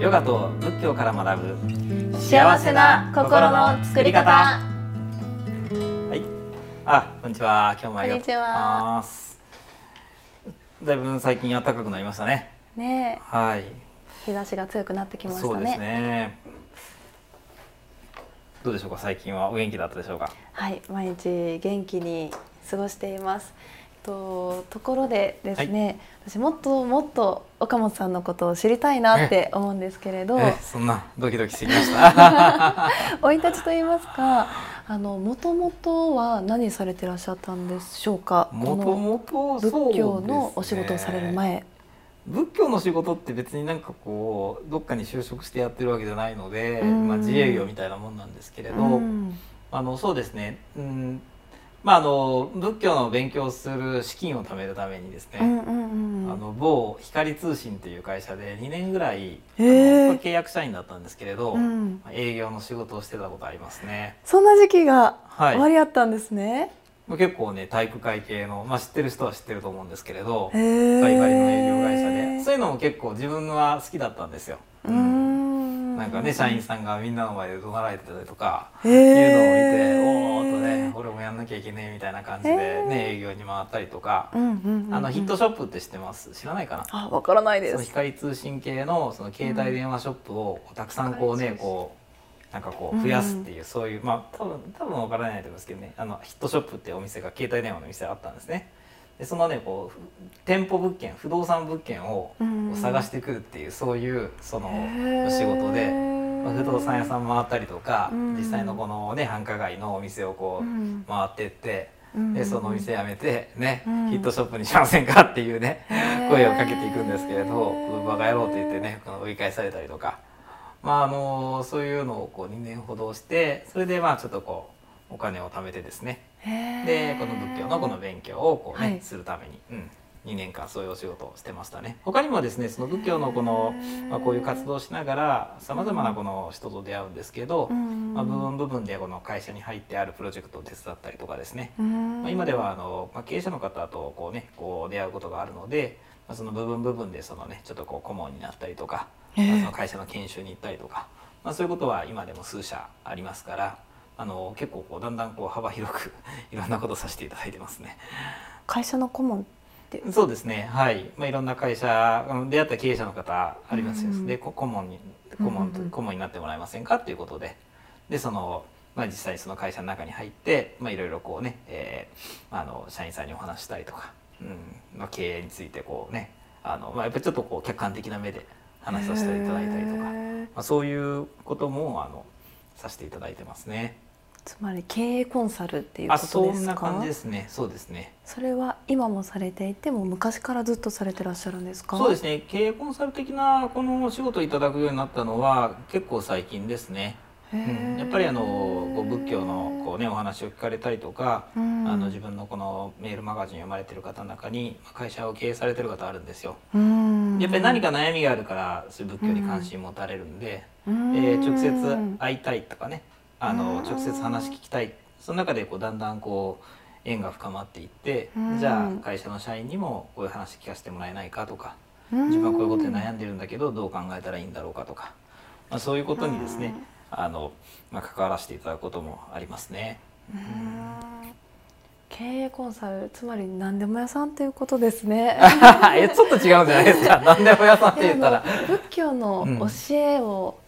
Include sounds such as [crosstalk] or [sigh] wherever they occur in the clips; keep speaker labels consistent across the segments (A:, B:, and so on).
A: ヨガと仏教から学ぶ
B: 幸せな心の作り方
A: はいあこんにちは今日もありがとうございますだいぶ最近暖かくなりましたね
B: ねえ
A: はい
B: 日差しが強くなってきまし
A: そ
B: た
A: うです
B: ね
A: ねどうでしょうか最近はお元気だったでしょうか
B: はい毎日元気に過ごしていますとところでですね、私もっともっと岡本さんのことを知りたいなって思うんですけれど
A: えそんなドキドキしてきました
B: 生い立ちといいますかあの元々は何されてらっしゃったんでしょうか
A: もと
B: [laughs] こ
A: もと
B: の仏教のお仕事をされる前
A: 仏教の仕事って別になんかこうどっかに就職してやってるわけじゃないので、
B: うん
A: まあ、自営業みたいなもんなんですけれど、
B: うん
A: あのそうですね、うんまあ、あの仏教の勉強をする資金を貯めるためにです
B: う
A: ね、
B: んうんう
A: あ
B: ん
A: の某光通信という会社で2年ぐらい、あ
B: へ
A: の
B: え
A: 契約社員だったんですけれど、
B: うん
A: 営業の仕事をしてたことありますね。
B: そんな時期が
A: はい
B: 終わりあったんですね、
A: まあ結構ね体育会系の、まあ、知ってる人は知ってると思うんですけれど、
B: へー
A: バリバリの営業会社でそういうのも結構自分は好きだったんですよ。
B: うーん
A: なんかね社員さんがみんなの前で怒鳴られてたりとか、
B: へ
A: い
B: ー
A: うのを見ておおーっとね俺もやんなきゃいけねえみたいな感じで、ね営業に回ったりとか、
B: うんうんうん
A: あのヒットショップって知ってます知らないかな
B: あわからないで
A: その
B: す
A: 光通信系のその携帯電話ショップをこうたくさんこうね、
B: 光通信
A: こうなんかこう増やすっていう、そういうまあ多分多分わからないと思いますけどねあのヒットショップってお店が携帯電話の店があったんですね。でそのねこうふ店舗物件不動産物件を
B: うん
A: こう探してくるっていう、そういうその
B: へー
A: お仕事で、まあ不動産屋さん回ったりとか、
B: うん
A: 実際のこのね繁華街のお店をこ
B: うん
A: う回ってって。
B: うん
A: でそのお店やめてね、
B: うん
A: ヒットショップにしませんかっていうね
B: ー
A: 声をかけていくんですけれど「バカ野郎」って言ってねこの追い返されたりとか、まあ、あのそういうのをこう2年ほどしてそれでまあちょっとこうお金を貯めてですねでこの仏教のこの勉強をこう、ね
B: はい
A: するために、うん、2年間そういうお仕事をしてましたね他にもですねその仏教のこの、まあ、こういう活動をしながらさまざまなこの人と出会うんですけど、まあ、部分部分でこの会社に入ってあるプロジェクトを手伝ったりとかですね、まあ、今ではあの、まあ、経営者の方とこう、ね、こう出会うことがあるので、まあ、その部分部分でその、ね、ちょっとこう顧問になったりとか、まあその会社の研修に行ったりとか、まあ、そういうことは今でも数社ありますからあの結構こうだんだんこう幅広く [laughs] いろんなことをさせていただいてますね。
B: 会社の顧問って
A: そうですねはい、まあ、いろんな会社あの出会った経営者の方ありますよ、
B: うん
A: でこ顧問に顧問と
B: うんうんうん
A: 顧問になってもらえませんかということででその、まあ、実際にその会社の中に入って、まあ、いろいろこうね、えーあの社員さんにお話したりとか、うんまあ、経営についてこうねあの、まあ、やっぱりちょっとこう客観的な目で話させていただいたりとか、
B: へ
A: ま
B: ー
A: あ、そういうこともあのさせていただいてますね。
B: つまり経営コンサルっていうこ
A: あ
B: とです
A: そ
B: か
A: んな感じですねそうですね。
B: それは今もされていても昔からずっとされてらっしゃるんですか
A: そうですすね経営コンサル的なこのお仕事をいただくようになったのは結構最近ですね、うん、やっぱりあのこう仏教のこう、ね、お話を聞かれたりとか、
B: うん
A: あの自分のこのメールマガジン読まれてる方の中にまあ会社を経営されてる方あるんですよ。
B: うん
A: やっぱり何か悩みがあるからそういう仏教に関心持たれるんで、
B: うん
A: えー直
B: うん
A: 接会いたいとかねあの
B: うん
A: 直接話聞きたいその中でこうだんだんこう縁が深まっていって
B: うん
A: じゃあ会社の社員にもこういう話聞かせてもらえないかとか
B: うん
A: 自分はこういうことで悩んでるんだけどどう考えたらいいんだろうかとか、まあ、そういうことにですねあの、まあ、関わらせていただくこともありますね。 [laughs]
B: うん経営コンサルつまり何でも屋さんということですね
A: えちょっと違うんじゃないです
B: [laughs]
A: か何でも屋さんって言ったら
B: い。やあの仏教の
A: うん
B: 教えを、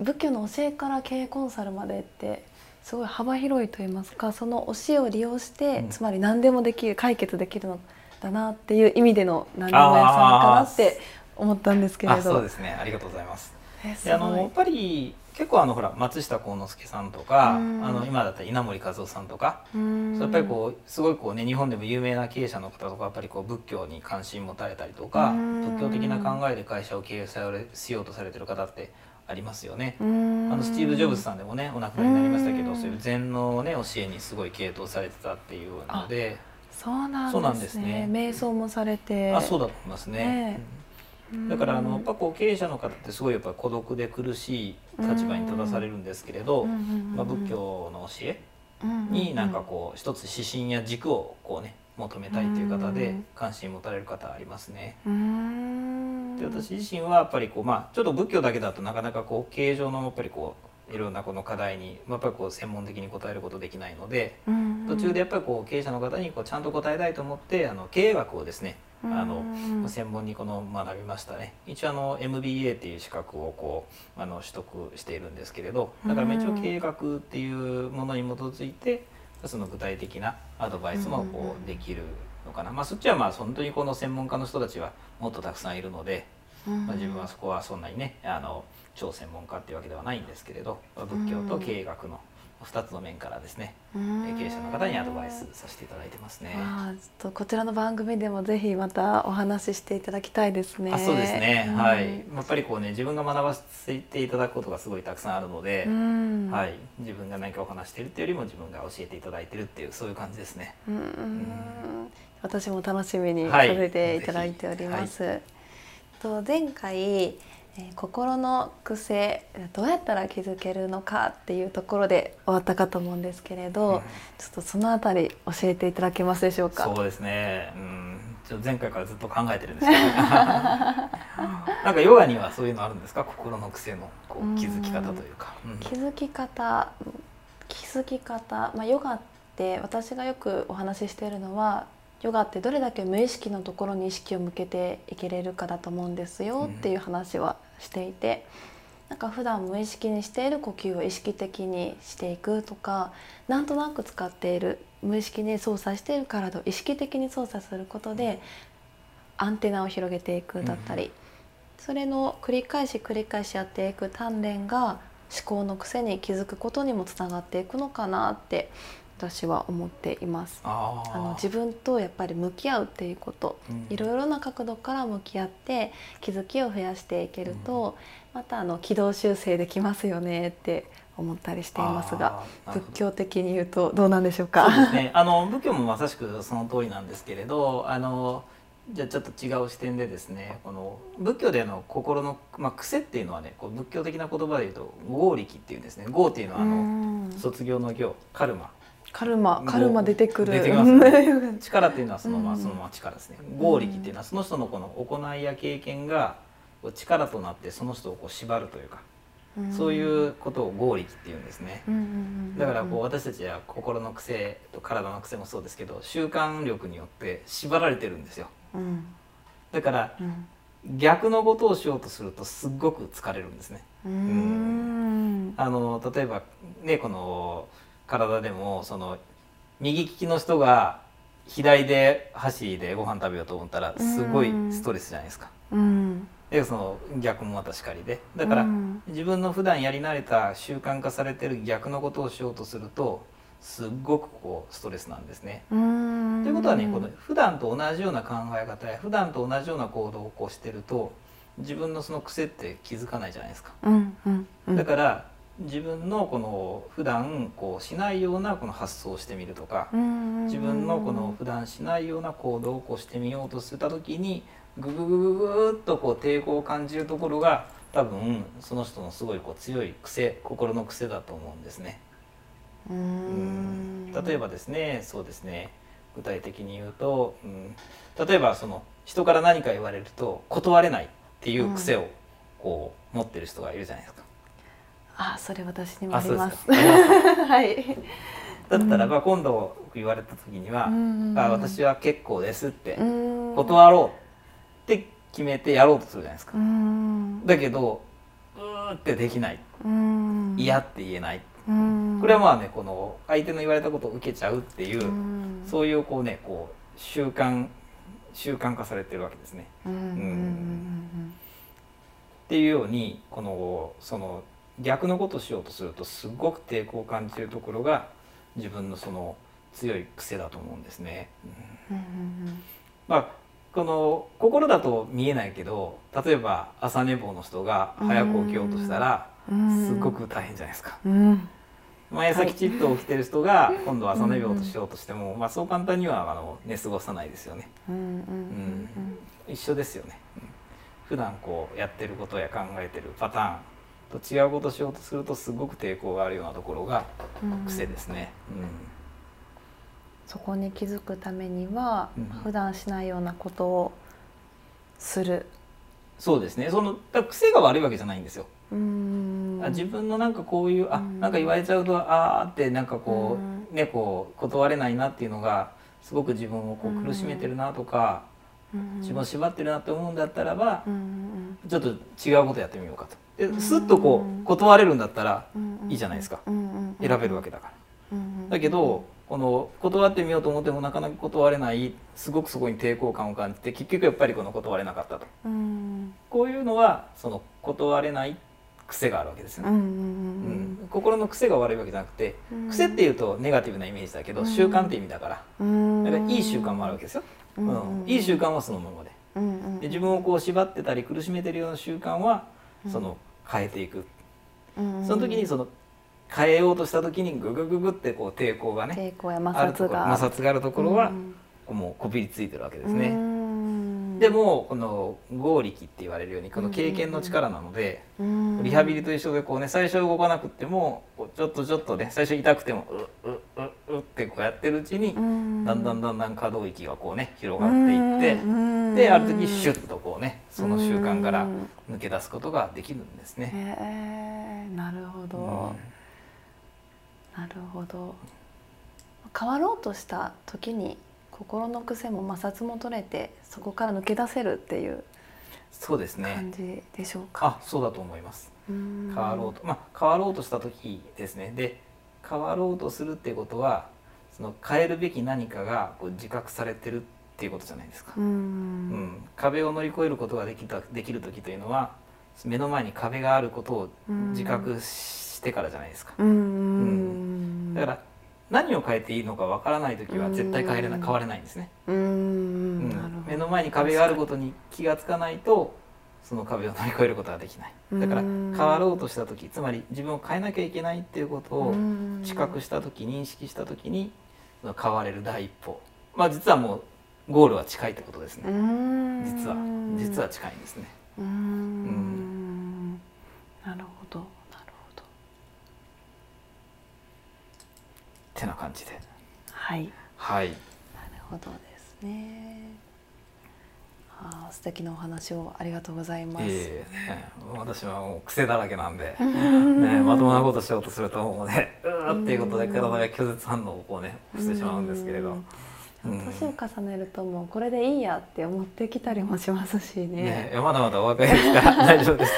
B: 仏教の教えから経営コンサルまでってすごい幅広いと言いますかその教えを利用して、
A: うん
B: つまり何でもできる解決できるのだなっていう意味での何でも屋さんかなって思ったんですけれ
A: あ
B: ど
A: そうですねありがとうございます。
B: え
A: であの
B: すごい
A: やっぱり結構あのほら松下幸之助さんとか、
B: うん
A: あの今だったら稲森和夫さんとか、
B: うん
A: やっぱりこうすごいこうね日本でも有名な経営者の方とかやっぱりこう仏教に関心持たれたりとか、
B: うん
A: 仏教的な考えで会社を経営されしようとされてる方ってありますよね。
B: うん
A: あのスティーブ・ジョブズさんでもねお亡くなりになりましたけど、
B: うん
A: そういう禅の、ね、教えにすごい傾倒されてたっていうので
B: そうなんですね
A: そうなんですね
B: 瞑想もされて
A: あそうだと思いますね。
B: ええ
A: だからあのやっぱこう経営者の方ってすごいやっぱ孤独で苦しい立場に立たされるんですけれど、
B: うんうんうんうん
A: まあ、仏教の教えになんかこう一つ指針や軸をこうね求めたいという方
B: う
A: で
B: ん
A: 関心持たれる方ありますね。
B: うんうんうん
A: で私自身はやっぱりこう、まあ、ちょっと仏教だけだとなかなかこう経営上のやっぱりこういろんなこの課題にやっぱりこう専門的に答えることできないので途中でやっぱりこう経営者の方にこうちゃんと答えたいと思ってあの経営学をですねあの専門にこの学びましたね一応あの MBA っていう資格をこうあの取得しているんですけれどだから一応経営学っていうものに基づいてその具体的なアドバイスもこうできるのかな、まあ、そっちはまあ本当にこの専門家の人たちはもっとたくさんいるので、まあ、自分はそこはそんなにねあの超専門家っていうわけではないんですけれど仏教と経営学の2つの面からですね、うん、経営者の方にアドバイスさせていただいてますね。
B: ちょっとこちらの番組でもぜひまたお話ししていただきたいですね。
A: そうですね、うん、はい、やっぱりこうね自分が学ばせていただくことがすごいたくさんあるので、うん、はい、自分が何かお話しているというよりも自分が教えていただいているっていうそういう感じですね。
B: 私も楽しみにさせていただいております。はいはい、と前回え心の癖どうやったら気づけるのかっていうところで終わったかと思うんですけれど、うん、ちょっとそのあたり教えていただけますでしょうか
A: そうですね、うん、ちょ前回からずっと考えてるんですけど [laughs] なんかヨガにはそういうのあるんですか心の癖のこう気づき方というか、
B: うん、気づき方気づき方、まあ、ヨガって私がよくお話ししているのはヨガってどれだけ無意識のところに意識を向けていけれるかだと思うんですよっていう話はしていて、うん、なんか普段無意識にしている呼吸を意識的にしていくとかなんとなく使っている無意識に操作している体を意識的に操作することで、アンテナを広げていくだったり、うん、それの繰り返し繰り返しやっていく鍛錬が思考の癖に気づくことにもつながっていくのかなって私は思っていますあの自分とやっぱり向き合うっていうこと、うん、いろいろな角度から向き合って気づきを増やしていけると、うん、またあの軌道修正できますよねって思ったりしていますが仏教的に言うとどうなんでしょうか
A: そうです、ね、あの仏教もまさしくその通りなんですけれどあのじゃあちょっと違う視点でですねこの仏教での心の、まあ、癖っていうのはねこう仏教的な言葉で言うと「合力」っていうんですね「合」っていうのはあの卒業の行カルマ
B: カルマ、カルマ出てくる。
A: てます、
B: [laughs]
A: ね、力っていうのはそのまま、そのまま力ですね。合力っていうのは、その人のこの行いや経験が。力となって、その人をこう縛るというか。そういうことを合力っていうんですね。だから、こう私たちは心の癖と体の癖もそうですけど、習慣力によって縛られてるんですよ。うん、だから。うん逆のことをしようとするとすっごく疲れるんですね。うんあの例えばねこの体でもその右利きの人が左で箸でご飯食べようと思ったらすごいストレスじゃないですか。うん、でその逆もまたしかりでだから、うん、自分の普段やり慣れた習慣化されてる逆のことをしようとするとすっごくこうストレスなんですね。うん、ということはねこの普段と同じような考え方や普段と同じような行動をこうしてると自分のその癖って気づかないじゃないですか。だから自分のこの普段こうしないようなこの発想をしてみるとか自分のこの普段しないような行動をこうしてみようとした時にグググググっとこう抵抗を感じるところが多分その人のすごいこう強い癖心の癖だと思うんですね。うん例えばですねそうですね具体的に言うと、うん、例えばその人から何か言われると断れないっていう癖をこう持ってる人がいるじゃないですか。
B: あ、それ私にもあります。
A: [laughs]
B: すはい。
A: だったらば今度言われた時には、あ、私は結構ですって断ろうって決めてやろうとするじゃないですか。だけど、うーってできない。嫌って言えない。これはまあねこの相手の言われたことを受けちゃうっていうそういうこうねこう習慣習慣化されてるわけですね。っていうようにこのその逆のことしようとするとすごく抵抗を感じるところが自分のその強い癖だと思うんですね。まあこの心だと見えないけど例えば朝寝坊の人が早く起きようとしたらすごく大変じゃないですか。毎朝きちっと起きてる人が今度朝寝ようとしようとしても、まあ、そう簡単にはあの寝過ごさないですよね。うん一緒ですよね。普段こうやってることや考えてるパターンと違うことしようとするとすごく抵抗があるようなところが癖ですね。うんうん、
B: そこに気づくためには、うん、普段しないようなことをする
A: そうですねそのだから癖が悪いわけじゃないんですよ、
B: うん
A: あ自分のなんかこういうあ
B: うん
A: なんか言われちゃうとああってなんかこ
B: うん
A: う、ねこう断れないなっていうのがすごく自分をこ
B: うん
A: う苦しめてるなとか、
B: うん
A: 自分を縛ってるなって思うんだったらば
B: う、ん
A: ちょっと違うことやってみようかとで
B: うん
A: スッとこう断れるんだったら
B: うんうん
A: いいじゃないですか
B: うんうんうん
A: 選べるわけだから
B: うんうん
A: だけどこの断ってみようと思ってもなかなか断れないすごくそこに抵抗感を感じて結局やっぱりこの断れなかったと
B: うん
A: こういうのはその断れない癖があるわけですよ
B: うんう
A: ね、うん
B: ん
A: 心の癖が悪いわけじゃなくて
B: うん
A: 癖っていうとネガティブなイメージだけ
B: う
A: ど
B: ん
A: 習慣って意味だから
B: うん
A: だからいい習慣もあるわけですよ、
B: うん
A: うん、いい習慣はそのままで
B: うんうん
A: で自分をこう縛ってたり苦しめてるような習慣はその変えていく
B: うんうん
A: その時にその変えようとした時にググググってこう抵抗がね
B: 抵抗や
A: あ
B: 摩
A: ると
B: 擦
A: こ
B: が
A: 摩擦があるところは
B: うん
A: もうこびりついてるわけです
B: う
A: ね。
B: ん
A: でもこの合力って言われるようにこの経験の力なので
B: うん
A: リハビリと一緒でこうね最初動かなくてもこうちょっとちょっとね最初痛くてもううううってこうやってるうちに
B: うん
A: だんだんだんだん可動域がこうね広がっていって
B: うん
A: である時シュッとこうねその習慣から
B: うん
A: 抜け出すことができるんですね。
B: へえなるほど、
A: うん
B: なるほど変わろうとした時に心の癖も摩擦も取れてそこから抜け出せるっていう
A: そうですね
B: 感じでしょうか、
A: あそうだと思います変
B: 変
A: わろうと、まあ、変わろうとした時ですねで変わろうとするってことはその変えるべき何かがこう自覚されてるっていうことじゃないですか、
B: う
A: うん
B: ん
A: 壁を乗り越えることができたできる時というのは目の前に壁があることを自覚してからじゃないですか、
B: うんうん
A: だから何を変えていいのかわからない時は絶対変えれな
B: うん
A: 変われないんですね、
B: う
A: うん
B: んなるほ
A: 目
B: ど
A: の前に壁があることに気がつかないとその壁を乗り越えることはできないだから
B: うん
A: 変わろうとした時つまり自分を変えなきゃいけないっていうことを
B: うん
A: 知覚した時認識した時にその変われる第一歩まあ実はもうゴールは近いってことです
B: う
A: ね
B: ん
A: 実は実は近いんですね
B: うん
A: ん
B: なるほどなるほど
A: てな感じで
B: はい
A: はい
B: なるほどですね。あー素敵なお話をありがとうございます。
A: ええね私はもう癖だらけなんで、
B: [laughs]
A: ね、まともなことしようとするともうねうわーっていうことで体が拒絶反応をこうね起こしてしまうんですけれど、うん
B: 年を重ねるともうこれでいいやって思ってきたりもしますし
A: ね
B: ね。
A: いやまだまだお若いですから
B: [laughs]
A: 大丈夫です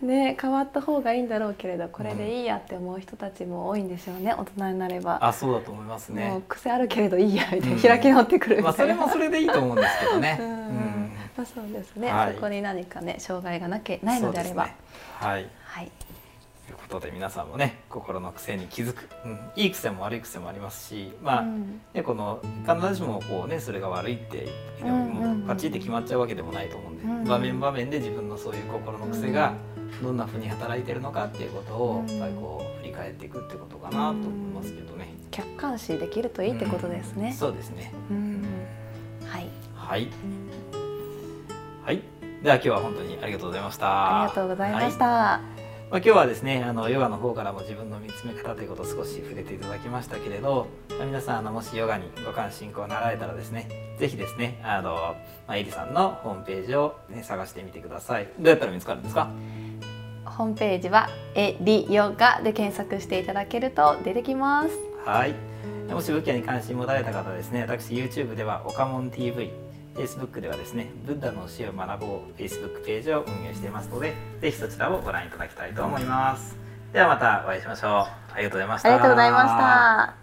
A: よ
B: ね変わった方がいいんだろうけれどこれでいいやって思う人たちも多いんでしょうね大人になれば。
A: あそうだと思います
B: もう
A: ね
B: 癖あるけれどいいやみたいな、
A: うん
B: 開き直ってくるみ
A: まあ
B: た
A: そ
B: いな。
A: れもそれでいいと思うんですけどね、
B: う
A: うんん、
B: まあそうですね、
A: はい
B: そこに何かね障害がなけないのであれば、
A: そうすねはい
B: はい
A: ということで皆さんもね心の癖に気づく、うん、いい癖も悪い癖もありますしまあ、
B: うん
A: ね、この必ずしもこう、ね、それが悪いってでも
B: うんうんうん
A: もうパチって決まっちゃうわけでもないと思うんで、
B: うんうん
A: 場面場面で自分のそういう心の癖がどんなふうに働いてるのかっていうことを
B: うん
A: やっぱりこう振り返っていくってことかなと思いますけどね。
B: 客観視できるといいってことです
A: うん
B: ね。
A: そうですね、
B: うんはい
A: はい。はい。では今日は本当にありがとうございました。
B: ありがとうございまし
A: は
B: た。
A: まあ、今日はですねあのヨガの方からも自分の見つめ方ということを少し触れていただきましたけれど、まあ皆さんあのもしヨガにご関心こうなられたらですねぜひですねあの、まあ、エリさんのホームページを、ね、探してみてくださいどうやったら見つかるんですか
B: ホームページはエリヨガで検索していただけると出てきます。
A: はいもし仏教に関心持たれた方はですね私 YouTube では「オカモン TV」Facebook ではですね「ブッダの教えを学ぼう」Facebook ページを運営していますのでぜひそちらをご覧いただきたいと思いますではまたお会いしましょうありがとうございました
B: ありがとうございました。